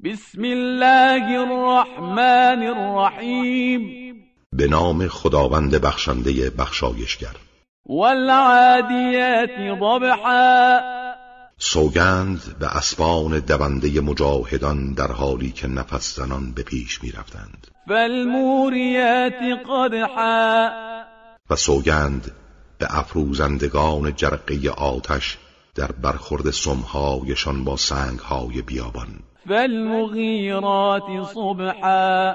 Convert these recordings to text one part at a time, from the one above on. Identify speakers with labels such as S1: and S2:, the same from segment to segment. S1: بسم الله الرحمن الرحیم
S2: به نام خداوند بخشنده بخشایشگر
S1: والعادیات ضبحا
S2: سوگند به اسبان دونده مجاهدان در حالی که نفس زنان به پیش می رفتند
S1: فالموریات قدحا
S2: و سوگند به افروزندگان جرقه آتش در برخورد سمهایشان با سنگهای بیابان
S1: فالمغیرات صبحا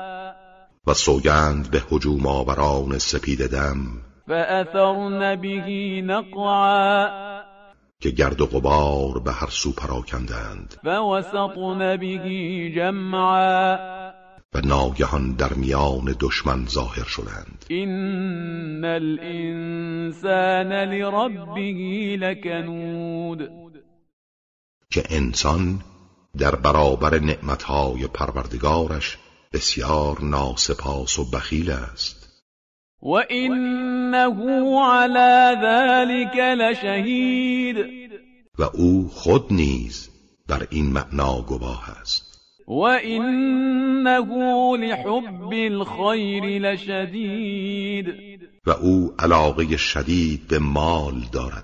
S2: و سوگند به هجوم آوران سپید دم
S1: فأثرن به نقعا
S2: که گرد و غبار به هر سو پراکندند
S1: فوسطن به جمعا
S2: و ناگهان در میان دشمن ظاهر شدند
S1: إن الإنسان لربه لكنود
S2: که انسان در برابر نعمتهای پروردگارش بسیار ناسپاس و بخیل است
S1: وإنه على ذلك لشهيد
S2: و او خود نیز بر این معنا گواه است
S1: وإنه لحب الخير لشديد
S2: و او علاقه شدید به مال دارد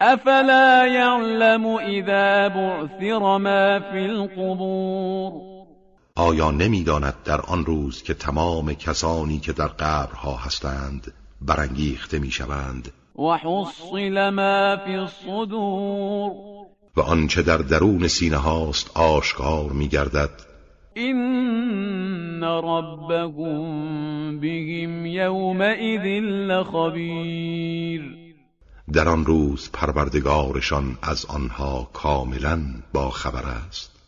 S1: أفلا يعلم إذا بعثر ما في القبور
S2: آیا نمیداند در آن روز که تمام کسانی که در قبرها هستند برانگیخته میشوند
S1: وحصل ما في الصدور
S2: و آنچه در درون سینه هاست آشکار میگردد
S1: إن ربهم بهم يومئذ لخبير
S2: در آن روز پروردگارشان از آنها کاملا باخبر است